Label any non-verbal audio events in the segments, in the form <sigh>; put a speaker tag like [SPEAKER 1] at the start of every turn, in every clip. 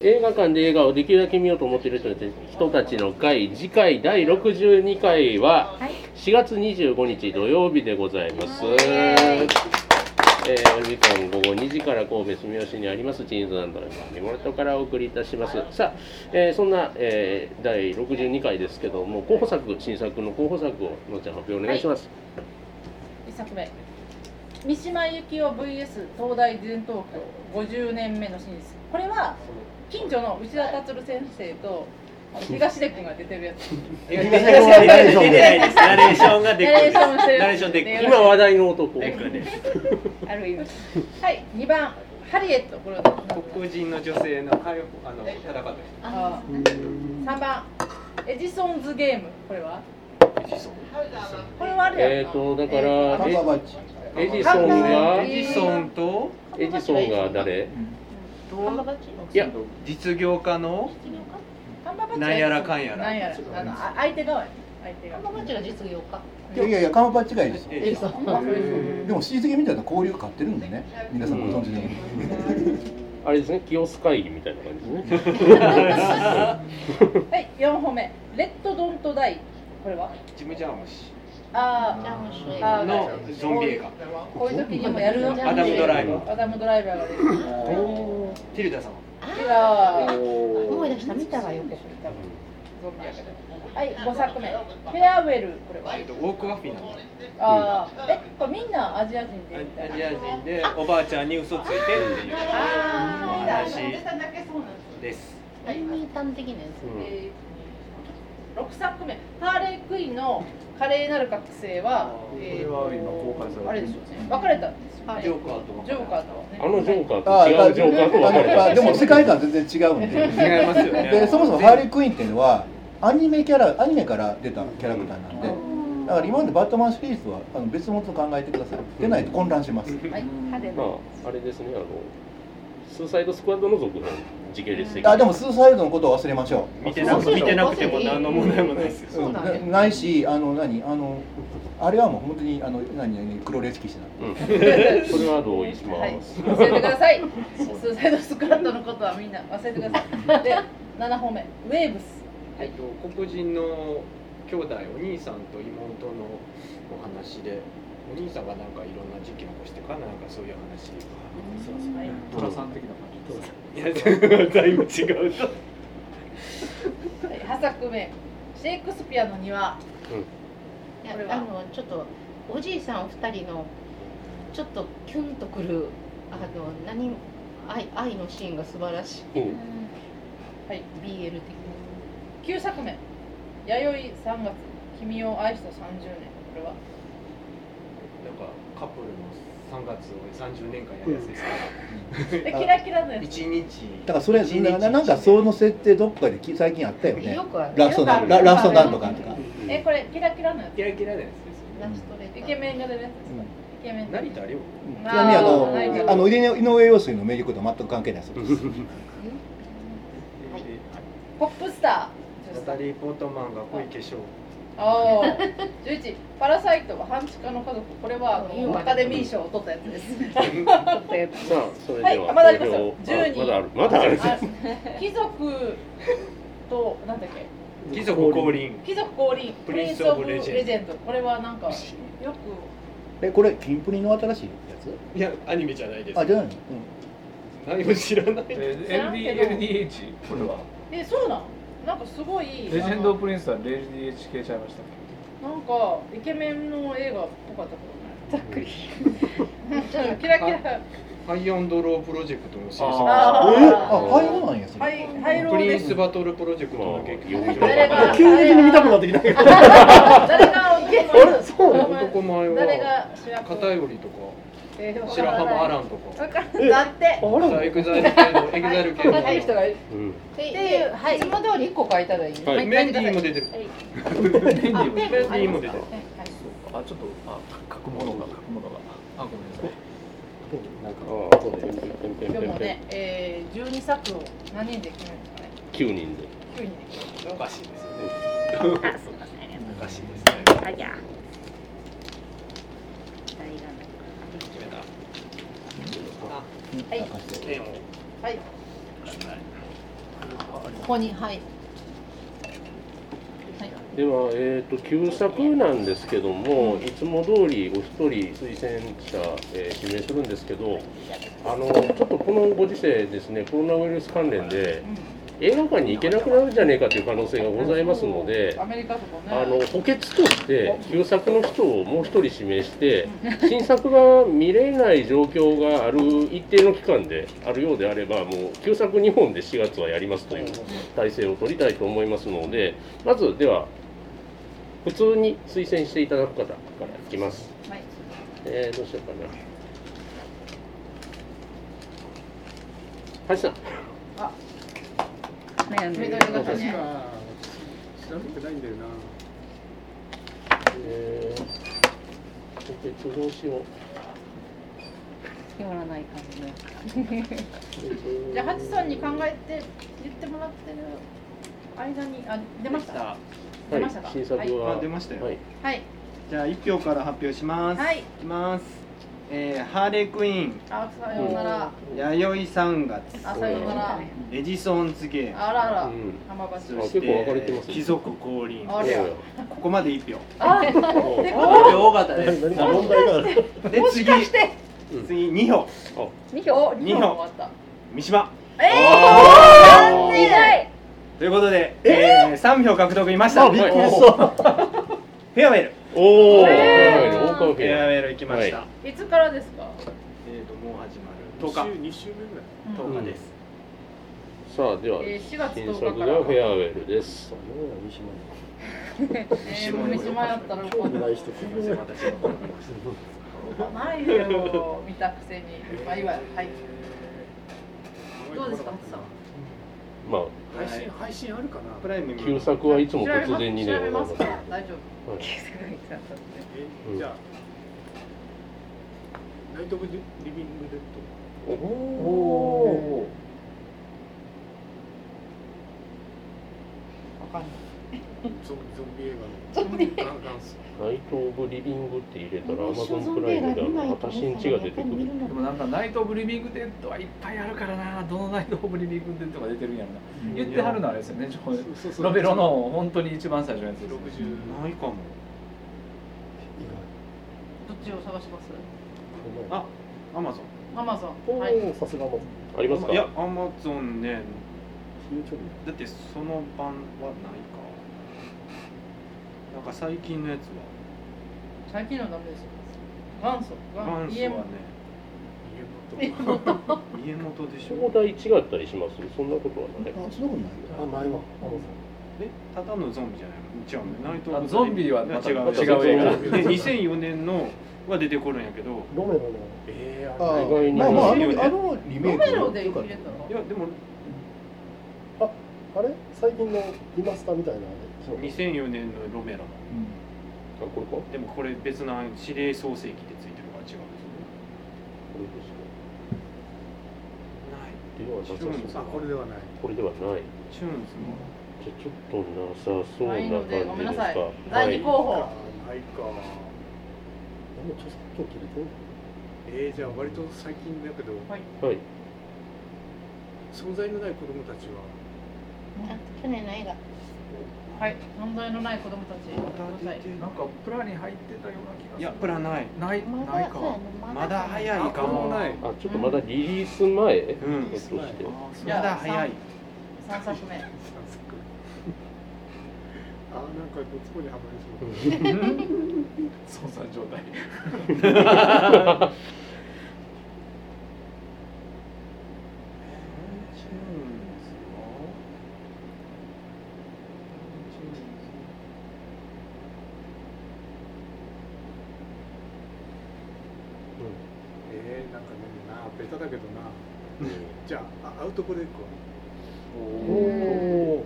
[SPEAKER 1] 映画館で映画をできるだけ見ようと思っている人たち人たちの会次回第62回は
[SPEAKER 2] はい
[SPEAKER 1] 4月25日土曜日でございます、
[SPEAKER 2] イエーイ
[SPEAKER 1] えーお時間午後2時から神戸住吉にありますチーズランドのリモートからお送りいたしますさあ、えーそんな、えー第62回ですけども候補作新作の候補作をのっちゃん発表お願いします、
[SPEAKER 2] 一作目三島由紀夫 VS 東大全東京50年目の真実これは近所の内田達先生とあの東出君が出てるやつ
[SPEAKER 3] 東出君はナレーションで
[SPEAKER 4] ナレーションが
[SPEAKER 2] ナレー
[SPEAKER 4] で
[SPEAKER 2] ションしてる
[SPEAKER 4] ナレーションで
[SPEAKER 1] 今話題の男
[SPEAKER 4] っくんです
[SPEAKER 2] あるいますはい2番ハリエットこれは
[SPEAKER 5] 黒人の女性の解放あのただばで
[SPEAKER 2] あー3番エジソンズゲームこれはこれはあるやん
[SPEAKER 1] えっ、ー、とだから、
[SPEAKER 2] え
[SPEAKER 3] カンバーバッチ
[SPEAKER 1] エジソンが
[SPEAKER 2] え
[SPEAKER 5] エジソンと
[SPEAKER 1] エジソンが誰
[SPEAKER 5] と
[SPEAKER 1] いや
[SPEAKER 5] 実業家の
[SPEAKER 2] カンババッチは
[SPEAKER 5] なんやらかんやら
[SPEAKER 2] なんやらあのあ相手側や相手側
[SPEAKER 3] いやいやいやカンバーバッチがいいです
[SPEAKER 5] エジソン
[SPEAKER 3] でも親戚みたいな交流買ってるんでね皆さんご存知のように
[SPEAKER 1] あれですね清須会議みたいな感じですね
[SPEAKER 2] はい4本目レッドドントダイこれは
[SPEAKER 5] ジム・ジャーム氏
[SPEAKER 2] あーあー
[SPEAKER 5] のゾンビ映
[SPEAKER 2] こういう時にもやるの
[SPEAKER 5] 画アダム・ドライバー
[SPEAKER 2] アダムドライバーが出てる
[SPEAKER 5] ティルダさん
[SPEAKER 2] いやー
[SPEAKER 6] 思い出した見たわよこ
[SPEAKER 2] ゾンビやからはい5作目フェアウェルこれは
[SPEAKER 5] えっとウォーク・ワフィナの
[SPEAKER 2] あーえこれみんなアジア人でみた
[SPEAKER 5] ア
[SPEAKER 2] い
[SPEAKER 5] ジ
[SPEAKER 2] な
[SPEAKER 5] ア人でおばあちゃんに嘘ついてっていうお
[SPEAKER 2] あ
[SPEAKER 5] 話です
[SPEAKER 6] タイミータン的なやつ
[SPEAKER 2] 6作目ハーレークイーンの華麗なる覚醒はえー
[SPEAKER 7] これは今公開されてる
[SPEAKER 2] あれですよね別れたんですよね
[SPEAKER 5] ジョーカーと
[SPEAKER 2] ジョーカーとはね
[SPEAKER 1] あのジョーカー
[SPEAKER 3] あ
[SPEAKER 1] と違
[SPEAKER 3] ー
[SPEAKER 1] うジョーカーと分かれ
[SPEAKER 3] あ
[SPEAKER 1] た
[SPEAKER 3] でも世界観全然違うんで
[SPEAKER 5] 違いますよね
[SPEAKER 3] でそもそもハーリー・クイーンっていうのはアニメキャラアニメから出たキャラクターなんでだから今までバットマンシリーズはあの別物と考えてくださいでないと混乱します
[SPEAKER 2] はい派手な
[SPEAKER 1] まああれですねあのスーサイドスクワッドの続編時系列的
[SPEAKER 3] あでもスーサイドのことは忘れましょ
[SPEAKER 5] 見てなく見てなくても何の問題もないです
[SPEAKER 3] う、
[SPEAKER 5] よ
[SPEAKER 3] うんなないしあの何あのあれはもう本当にあの何何黒歴史なんで
[SPEAKER 1] うん、そ <laughs> れは同意しま
[SPEAKER 2] はい、
[SPEAKER 1] す、
[SPEAKER 2] 忘れてください。スーサイドスクラッドのことはみんな忘れてください。で、7本目、ウェーブス。
[SPEAKER 5] えっと、黒人の兄弟お兄さんと妹のお話でお兄さんがなんかいろんな事件を起こしてかなんかそういう話
[SPEAKER 2] はい
[SPEAKER 7] トラさん的な感じです
[SPEAKER 5] いやだいぶ違うと
[SPEAKER 2] はい、8作目、シェイクスピアの庭。
[SPEAKER 6] いや
[SPEAKER 2] これは
[SPEAKER 6] あのちょっとおじいさんお二人のちょっとキュンとくるあの何愛愛のシーンが素晴らしい
[SPEAKER 1] うん、
[SPEAKER 2] はい、
[SPEAKER 6] BL 的
[SPEAKER 2] 9作目、弥生3月、君を愛した30年。これは
[SPEAKER 5] なんかカップルの3月を30年間やるやつですから
[SPEAKER 2] で、キラキラのやつ。
[SPEAKER 5] 1日
[SPEAKER 3] だからそれ
[SPEAKER 5] 一日
[SPEAKER 3] ななんかその設定どっかでき最近あったよ
[SPEAKER 6] な
[SPEAKER 3] ね
[SPEAKER 6] よくある
[SPEAKER 3] ラストなんララストなんとかとか、
[SPEAKER 2] え、これ、キラキラのやつ。
[SPEAKER 5] キラキラなやつですよね
[SPEAKER 6] ラストレター
[SPEAKER 2] イケメンが出るやつですか。イケメン。
[SPEAKER 5] 成田凌
[SPEAKER 3] うんちなみにあ
[SPEAKER 2] あーない
[SPEAKER 3] のあの井上井上陽水のメリコとは全く関係ないです
[SPEAKER 1] <laughs>
[SPEAKER 6] はい
[SPEAKER 2] ポップスタ
[SPEAKER 5] ナ
[SPEAKER 2] ー。
[SPEAKER 5] タリー・ポートマンが濃い化粧
[SPEAKER 2] おお。11、パラサイトは半地下の家族。これはあのアカデミー賞を取ったやつです。
[SPEAKER 1] さあそれで
[SPEAKER 2] はい
[SPEAKER 1] は
[SPEAKER 2] まだあります
[SPEAKER 1] 投
[SPEAKER 2] よ
[SPEAKER 1] 票あま
[SPEAKER 2] 12
[SPEAKER 1] だあるまだあ
[SPEAKER 2] あ貴族となんだっけ
[SPEAKER 5] 貴族降臨
[SPEAKER 2] 貴族降臨
[SPEAKER 5] プリンスオブレジェンド
[SPEAKER 2] ンドこれはなんかよく
[SPEAKER 3] えこれキンプリの新しいやつ
[SPEAKER 5] いやアニメじゃないです
[SPEAKER 3] あじゃないの、
[SPEAKER 5] 何も知らない
[SPEAKER 7] えー LD LDH これは
[SPEAKER 2] えそうなんなんかすごい
[SPEAKER 7] レジェンドプリンスは LDH 消えちゃいました
[SPEAKER 2] あのなんかイケメンの映画っぽかった
[SPEAKER 6] ざっくり
[SPEAKER 2] けどキラキラ
[SPEAKER 5] ハイアンドロープロジェクトの制作
[SPEAKER 2] あ
[SPEAKER 3] えあ
[SPEAKER 2] ー
[SPEAKER 3] ハイローなんやそれ、
[SPEAKER 2] はいハイロ
[SPEAKER 5] プ
[SPEAKER 2] ー
[SPEAKER 5] リ
[SPEAKER 2] で
[SPEAKER 5] ン
[SPEAKER 2] す
[SPEAKER 5] スバトルプロジェクトの結局
[SPEAKER 2] 誰が
[SPEAKER 8] 急に見たくなってきたけど。
[SPEAKER 2] 誰が
[SPEAKER 8] あれそうなの
[SPEAKER 5] 男前
[SPEAKER 2] 誰
[SPEAKER 5] は
[SPEAKER 2] が主役
[SPEAKER 5] 片寄りと
[SPEAKER 2] えーで
[SPEAKER 5] か
[SPEAKER 2] も
[SPEAKER 5] 白浜アランと
[SPEAKER 2] わ
[SPEAKER 5] か
[SPEAKER 2] かんないだって
[SPEAKER 8] あれ
[SPEAKER 5] エグザイル系のエグザイル系の
[SPEAKER 6] 若い人がいる
[SPEAKER 1] うん
[SPEAKER 6] で
[SPEAKER 2] で
[SPEAKER 6] で
[SPEAKER 2] はい
[SPEAKER 6] いつも通り一個書いたらいい
[SPEAKER 1] はい
[SPEAKER 5] メンディーも出てる
[SPEAKER 7] ね
[SPEAKER 2] あ
[SPEAKER 7] 便
[SPEAKER 2] ペ
[SPEAKER 7] 利
[SPEAKER 2] ン
[SPEAKER 7] よ
[SPEAKER 5] メンディーも出てる
[SPEAKER 7] あちょっとあ書くものが書くものがあごめんなさい
[SPEAKER 1] なんかあーペンペンペンペン
[SPEAKER 2] 今日
[SPEAKER 1] ペ
[SPEAKER 2] も
[SPEAKER 1] ンペ
[SPEAKER 2] ね、えー、12作を何人で決めるんですかね
[SPEAKER 1] ン九人で
[SPEAKER 2] 9人で決める
[SPEAKER 5] おかしいですよねおかしいですね決めた
[SPEAKER 2] はい
[SPEAKER 5] ペンを
[SPEAKER 2] はい。
[SPEAKER 7] あありま
[SPEAKER 6] ここにはい
[SPEAKER 1] では、えー、と旧作なんですけども、いつも通りお一人推薦者、えー指名するんですけどあのちょっとこのご時世ですねコロナウイルス関連で映画館に行けなくなるんじゃねえかという可能性がございますので
[SPEAKER 2] ア。メリカとかね。
[SPEAKER 1] あの補欠として旧作の人をもう一人指名して新作が見れない状況がある一定の期間であるようであればもう旧作2本で4月はやりますという体制を取りたいと思いますのでまずでは普通に推薦していただく方からいきます。
[SPEAKER 2] はい
[SPEAKER 1] えー、どうしようかな。橋さん、
[SPEAKER 2] 悩んでる
[SPEAKER 6] 緑の
[SPEAKER 1] 方ね
[SPEAKER 5] 調べてないんだよな
[SPEAKER 1] えー、補欠どうしよう。
[SPEAKER 2] 決まらない感じで。
[SPEAKER 1] じ
[SPEAKER 2] じゃあハチさんに考えて言ってもらってる間にあ出ました。出ましたか
[SPEAKER 1] はい、新作は、
[SPEAKER 4] あ出ましたよ
[SPEAKER 1] はい、
[SPEAKER 2] はい
[SPEAKER 4] じゃあ1票から発表します、、
[SPEAKER 2] はいい
[SPEAKER 4] きます、えーハーレークイーン
[SPEAKER 2] あさようなら
[SPEAKER 4] 弥生三月
[SPEAKER 2] あさようなら
[SPEAKER 4] エジソンズゲーム
[SPEAKER 2] あらあら
[SPEAKER 1] うん
[SPEAKER 2] 浜橋
[SPEAKER 4] そ
[SPEAKER 1] あ
[SPEAKER 4] し
[SPEAKER 1] 結構分かれてます
[SPEAKER 4] て
[SPEAKER 1] ね
[SPEAKER 4] 貴族降臨
[SPEAKER 2] あ
[SPEAKER 4] こ
[SPEAKER 2] れや
[SPEAKER 4] こまで1票
[SPEAKER 2] あで
[SPEAKER 4] これ多かったです
[SPEAKER 5] 何か問題がある
[SPEAKER 4] で次
[SPEAKER 1] うん
[SPEAKER 4] 次2票
[SPEAKER 2] 二票
[SPEAKER 4] 二票
[SPEAKER 2] 二票終わった。
[SPEAKER 4] 三島
[SPEAKER 1] あ
[SPEAKER 2] いない。
[SPEAKER 4] ということで、えー、3票獲得いました
[SPEAKER 5] あ
[SPEAKER 4] フ
[SPEAKER 5] びっ
[SPEAKER 4] ェ
[SPEAKER 5] くりした
[SPEAKER 4] アウェル
[SPEAKER 1] ーおお、
[SPEAKER 2] えー
[SPEAKER 1] オーカー
[SPEAKER 4] フ
[SPEAKER 1] フ
[SPEAKER 4] ェアウ
[SPEAKER 1] ェア
[SPEAKER 4] ェルいきました、
[SPEAKER 1] はい
[SPEAKER 2] つからですか。
[SPEAKER 4] えーともう始まる
[SPEAKER 5] 週
[SPEAKER 4] 10
[SPEAKER 5] 2週目ぐらい
[SPEAKER 2] うん
[SPEAKER 4] 日10日です、
[SPEAKER 1] さあでは、
[SPEAKER 2] えー4月10
[SPEAKER 1] 新
[SPEAKER 2] 日
[SPEAKER 1] 作がフ
[SPEAKER 2] か
[SPEAKER 1] ェ
[SPEAKER 2] ら
[SPEAKER 1] アウェルです
[SPEAKER 5] そうね三島に
[SPEAKER 2] えー、もう三島やったら
[SPEAKER 5] 今日ぐらい
[SPEAKER 2] も
[SPEAKER 5] してく
[SPEAKER 4] す
[SPEAKER 5] れ
[SPEAKER 4] みません私の
[SPEAKER 2] うないよ見たくせに。まあいいわはい。どうですかハチさん。
[SPEAKER 1] まあ
[SPEAKER 5] 配信配信あるかな
[SPEAKER 4] プライム見ます
[SPEAKER 1] 旧作はいつも
[SPEAKER 2] 調べ
[SPEAKER 1] 突
[SPEAKER 2] ます
[SPEAKER 1] 然にね
[SPEAKER 2] 調べますから大丈夫。
[SPEAKER 1] はい
[SPEAKER 5] えじゃあナイト・オブ・リビング・デッド
[SPEAKER 4] お
[SPEAKER 5] ゾンゾンビ映画のゾンビガンガンス
[SPEAKER 1] ナイト・オブ・リビングって入れたらアマゾンプライムであの私んちが出てくる
[SPEAKER 7] すでもなんかナイト・オブ・リビング・デッドはいっぱいあるからなどのナイト・オブ・リビング・デッドが出てるんやろな言ってはるのはあれですよねちょ
[SPEAKER 5] そうそう
[SPEAKER 7] ロベロの本当に一番最初のやつですよね
[SPEAKER 4] な
[SPEAKER 5] 60
[SPEAKER 4] いかも
[SPEAKER 2] どっちを探します。
[SPEAKER 4] あアマゾン
[SPEAKER 2] アマゾン。
[SPEAKER 5] お
[SPEAKER 2] はい。
[SPEAKER 5] おさすがもう
[SPEAKER 1] ありますか
[SPEAKER 4] いやアマゾンね
[SPEAKER 5] フューチャリ
[SPEAKER 4] だってその版はないかなんか最近のやつ
[SPEAKER 2] 最近のダメですよ。元祖。
[SPEAKER 4] は元祖
[SPEAKER 2] 家
[SPEAKER 4] は
[SPEAKER 2] も
[SPEAKER 4] ね
[SPEAKER 5] ー家元
[SPEAKER 4] 家元でし
[SPEAKER 1] 正
[SPEAKER 4] ょ
[SPEAKER 1] 代違ったりしますそんなことはない
[SPEAKER 3] あそんなことな
[SPEAKER 5] あ
[SPEAKER 3] いよ
[SPEAKER 5] ないわ
[SPEAKER 4] えただのゾンビじゃないの違うねナイト・オブ
[SPEAKER 7] あゾンビはまた
[SPEAKER 4] 違う
[SPEAKER 1] また
[SPEAKER 4] 違う映
[SPEAKER 7] <laughs>
[SPEAKER 1] 別
[SPEAKER 4] 画
[SPEAKER 1] の
[SPEAKER 4] で2004年のは出てこるんやけど
[SPEAKER 5] ロメロのええ
[SPEAKER 3] あ
[SPEAKER 5] あ
[SPEAKER 1] 意外に
[SPEAKER 3] まあまああ
[SPEAKER 4] いいよね
[SPEAKER 3] のあのリメイ
[SPEAKER 2] ロ
[SPEAKER 3] ク
[SPEAKER 2] メロで入れた
[SPEAKER 4] いやでも
[SPEAKER 5] あれ最近のリマスターみたいなあれ
[SPEAKER 4] 2004年のロメロ
[SPEAKER 1] あこれかこ
[SPEAKER 4] でもこれ別な指令創世記でついてるから違う
[SPEAKER 1] れで
[SPEAKER 4] ですす
[SPEAKER 1] ねではな
[SPEAKER 4] ねないチュ
[SPEAKER 1] さ
[SPEAKER 4] ー
[SPEAKER 1] そ
[SPEAKER 4] ン
[SPEAKER 1] う
[SPEAKER 4] ズ
[SPEAKER 5] これではない
[SPEAKER 1] これではない
[SPEAKER 4] チューンズも
[SPEAKER 1] じゃあちょっとなさそうな
[SPEAKER 2] ない
[SPEAKER 1] 感
[SPEAKER 2] の
[SPEAKER 1] じで
[SPEAKER 2] で、
[SPEAKER 1] す
[SPEAKER 2] ご
[SPEAKER 1] か
[SPEAKER 2] めんなさい。
[SPEAKER 1] は
[SPEAKER 2] 第二候補。
[SPEAKER 5] ないかでも著作権切れてるえー、じゃあ割と最近だけど
[SPEAKER 2] はい。
[SPEAKER 1] はい
[SPEAKER 5] 存在のない子供たちは
[SPEAKER 6] 去年の映画
[SPEAKER 2] はい。問題のない子供たち。はい。
[SPEAKER 7] なんかプラに入ってたような気がする
[SPEAKER 4] いやプラない
[SPEAKER 7] ない
[SPEAKER 6] ま
[SPEAKER 7] ない
[SPEAKER 6] だ
[SPEAKER 7] か
[SPEAKER 6] そうやな
[SPEAKER 4] まだ早いか
[SPEAKER 5] あこ
[SPEAKER 4] も
[SPEAKER 5] れもない
[SPEAKER 1] あちょっとまだリリース前、
[SPEAKER 4] うん
[SPEAKER 1] ひょっとして
[SPEAKER 4] まだ早い
[SPEAKER 2] 三作目。
[SPEAKER 5] あーなんかごつぼにはまりそ
[SPEAKER 4] <laughs>
[SPEAKER 5] う
[SPEAKER 7] 存在状態
[SPEAKER 5] えー、なんかねなベタだけどなじゃああアウトブレイクは
[SPEAKER 1] お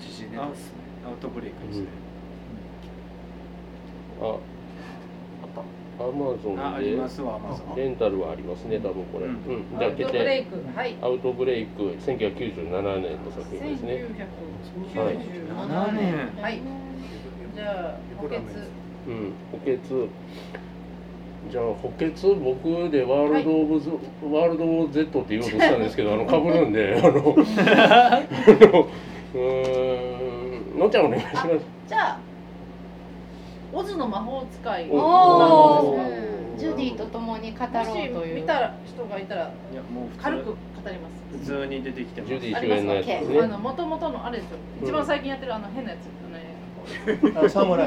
[SPEAKER 7] 自信ねですね
[SPEAKER 4] アウトブレイクですね。
[SPEAKER 1] あアマゾ
[SPEAKER 4] あ、あ
[SPEAKER 1] ン
[SPEAKER 4] り
[SPEAKER 1] で
[SPEAKER 4] ますわ、アマゾン。
[SPEAKER 1] レンタルはありますね多分これ、
[SPEAKER 4] う
[SPEAKER 1] うんん
[SPEAKER 2] ア
[SPEAKER 1] じゃあ開
[SPEAKER 2] ウ
[SPEAKER 1] け
[SPEAKER 2] トブレ
[SPEAKER 1] て
[SPEAKER 2] イク。はい。
[SPEAKER 1] アウトブレイク1997年の作品ですね
[SPEAKER 2] 1997
[SPEAKER 4] 7
[SPEAKER 2] 年。
[SPEAKER 4] 年。
[SPEAKER 2] はい。じゃあ補欠。
[SPEAKER 1] うん補欠じゃあ補欠僕でワールド・オブズ、ワールド・ Z って言おうとしたんですけ
[SPEAKER 4] <laughs>
[SPEAKER 1] どあのかぶるんであのあのうーんのんちゃんお願いします
[SPEAKER 2] じゃあオズの魔法使い
[SPEAKER 1] お
[SPEAKER 6] お
[SPEAKER 1] お
[SPEAKER 6] お
[SPEAKER 1] ー
[SPEAKER 6] ジュディと共に語ろう
[SPEAKER 2] もし
[SPEAKER 6] という
[SPEAKER 2] 見た人がいたら
[SPEAKER 4] いやもう普通
[SPEAKER 2] 軽く語りま
[SPEAKER 4] 普
[SPEAKER 2] す
[SPEAKER 4] 通に出てきてます
[SPEAKER 1] ジュディ
[SPEAKER 2] あ
[SPEAKER 1] 主
[SPEAKER 2] ります
[SPEAKER 1] 演のやつです
[SPEAKER 2] あの
[SPEAKER 1] ね
[SPEAKER 2] 元々のあれですよ
[SPEAKER 1] うん
[SPEAKER 2] 一番最近やってるあの変なやつあの
[SPEAKER 3] あの侍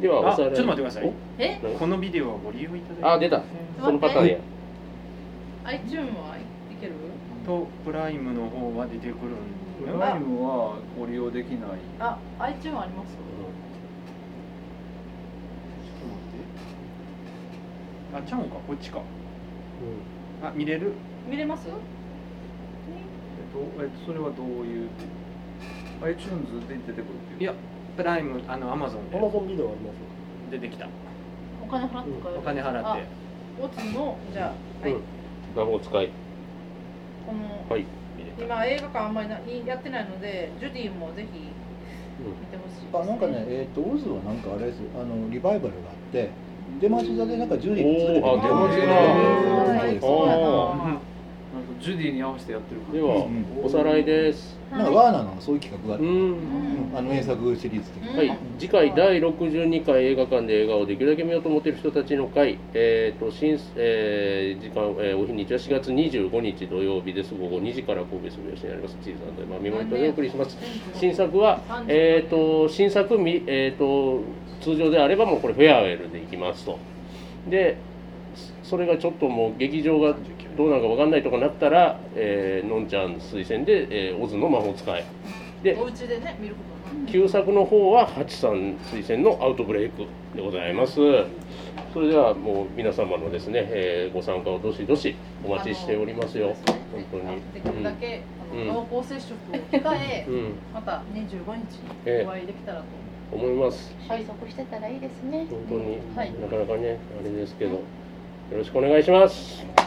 [SPEAKER 1] では
[SPEAKER 4] あ
[SPEAKER 1] おさらい
[SPEAKER 4] ちょっと待ってください
[SPEAKER 2] え
[SPEAKER 4] このビデオはご利用いただいて
[SPEAKER 1] おあ出たそのパターンや
[SPEAKER 2] iTune はいける
[SPEAKER 4] とプライムの方は出てくるん
[SPEAKER 7] プ
[SPEAKER 4] で
[SPEAKER 7] ライムはご利用できない
[SPEAKER 2] あ iTune あります
[SPEAKER 4] あちゃうんかこっちか、あ見れる
[SPEAKER 2] 見れます
[SPEAKER 7] えっとえっとそれはどういう iTunes で出てくるっていう
[SPEAKER 4] いやプライムあのアマゾン
[SPEAKER 8] ア
[SPEAKER 4] で
[SPEAKER 8] マゾンビデオあります
[SPEAKER 4] 出てきた
[SPEAKER 6] お金払ってか
[SPEAKER 4] お金払って
[SPEAKER 2] オズのじゃあはい
[SPEAKER 1] うん魔法使い
[SPEAKER 2] この
[SPEAKER 1] はい
[SPEAKER 4] 見れた
[SPEAKER 2] 今映画館あんまりなやってないのでジュディもぜひ見てほしいです
[SPEAKER 3] あなんかねえっ、とオズはなんかあれですあのリバイバルがあって出待ち座でなんかジュリー
[SPEAKER 1] おーあ出
[SPEAKER 2] 待ち座
[SPEAKER 3] そうです
[SPEAKER 2] そうやな
[SPEAKER 1] あ
[SPEAKER 7] なんかジュディに合わせてやってるから
[SPEAKER 1] では
[SPEAKER 3] うん
[SPEAKER 1] おさらいです
[SPEAKER 3] なんかワーナーのそういう企画があっ
[SPEAKER 1] う
[SPEAKER 3] て、
[SPEAKER 2] うんん
[SPEAKER 3] あの名作シリーズ的な、
[SPEAKER 1] はい、次回第62回映画館で映画をできるだけ見ようと思っている人たちの会、えーと新えー時間えーお日にちは4月25日土曜日です午後2時から神戸住吉にありますチーズまみまりとでお送りします新作は、えー、と新作み、えー、と通常であればもうこれフェアウェルで行きますとでそれがちょっともう劇場がどうなるか分かんないとかなったら、えーのんちゃん推薦で、えーオズの魔法使いで
[SPEAKER 2] お家でね見ることになる
[SPEAKER 1] 旧作の方は八さん推薦のアウトブレイクでございますそれではもう皆様のですね、えーご参加をどしどしお待ちしておりますよ
[SPEAKER 2] あの
[SPEAKER 1] 本当に
[SPEAKER 2] できるだけ、
[SPEAKER 1] うん
[SPEAKER 2] あの濃厚接触を控え
[SPEAKER 1] う、ん
[SPEAKER 2] また25日にお会いできたらと、
[SPEAKER 1] 思います
[SPEAKER 6] 配属してたらいいですね
[SPEAKER 1] 本当に
[SPEAKER 2] はい
[SPEAKER 1] なかなかねあれですけどよろしくお願いします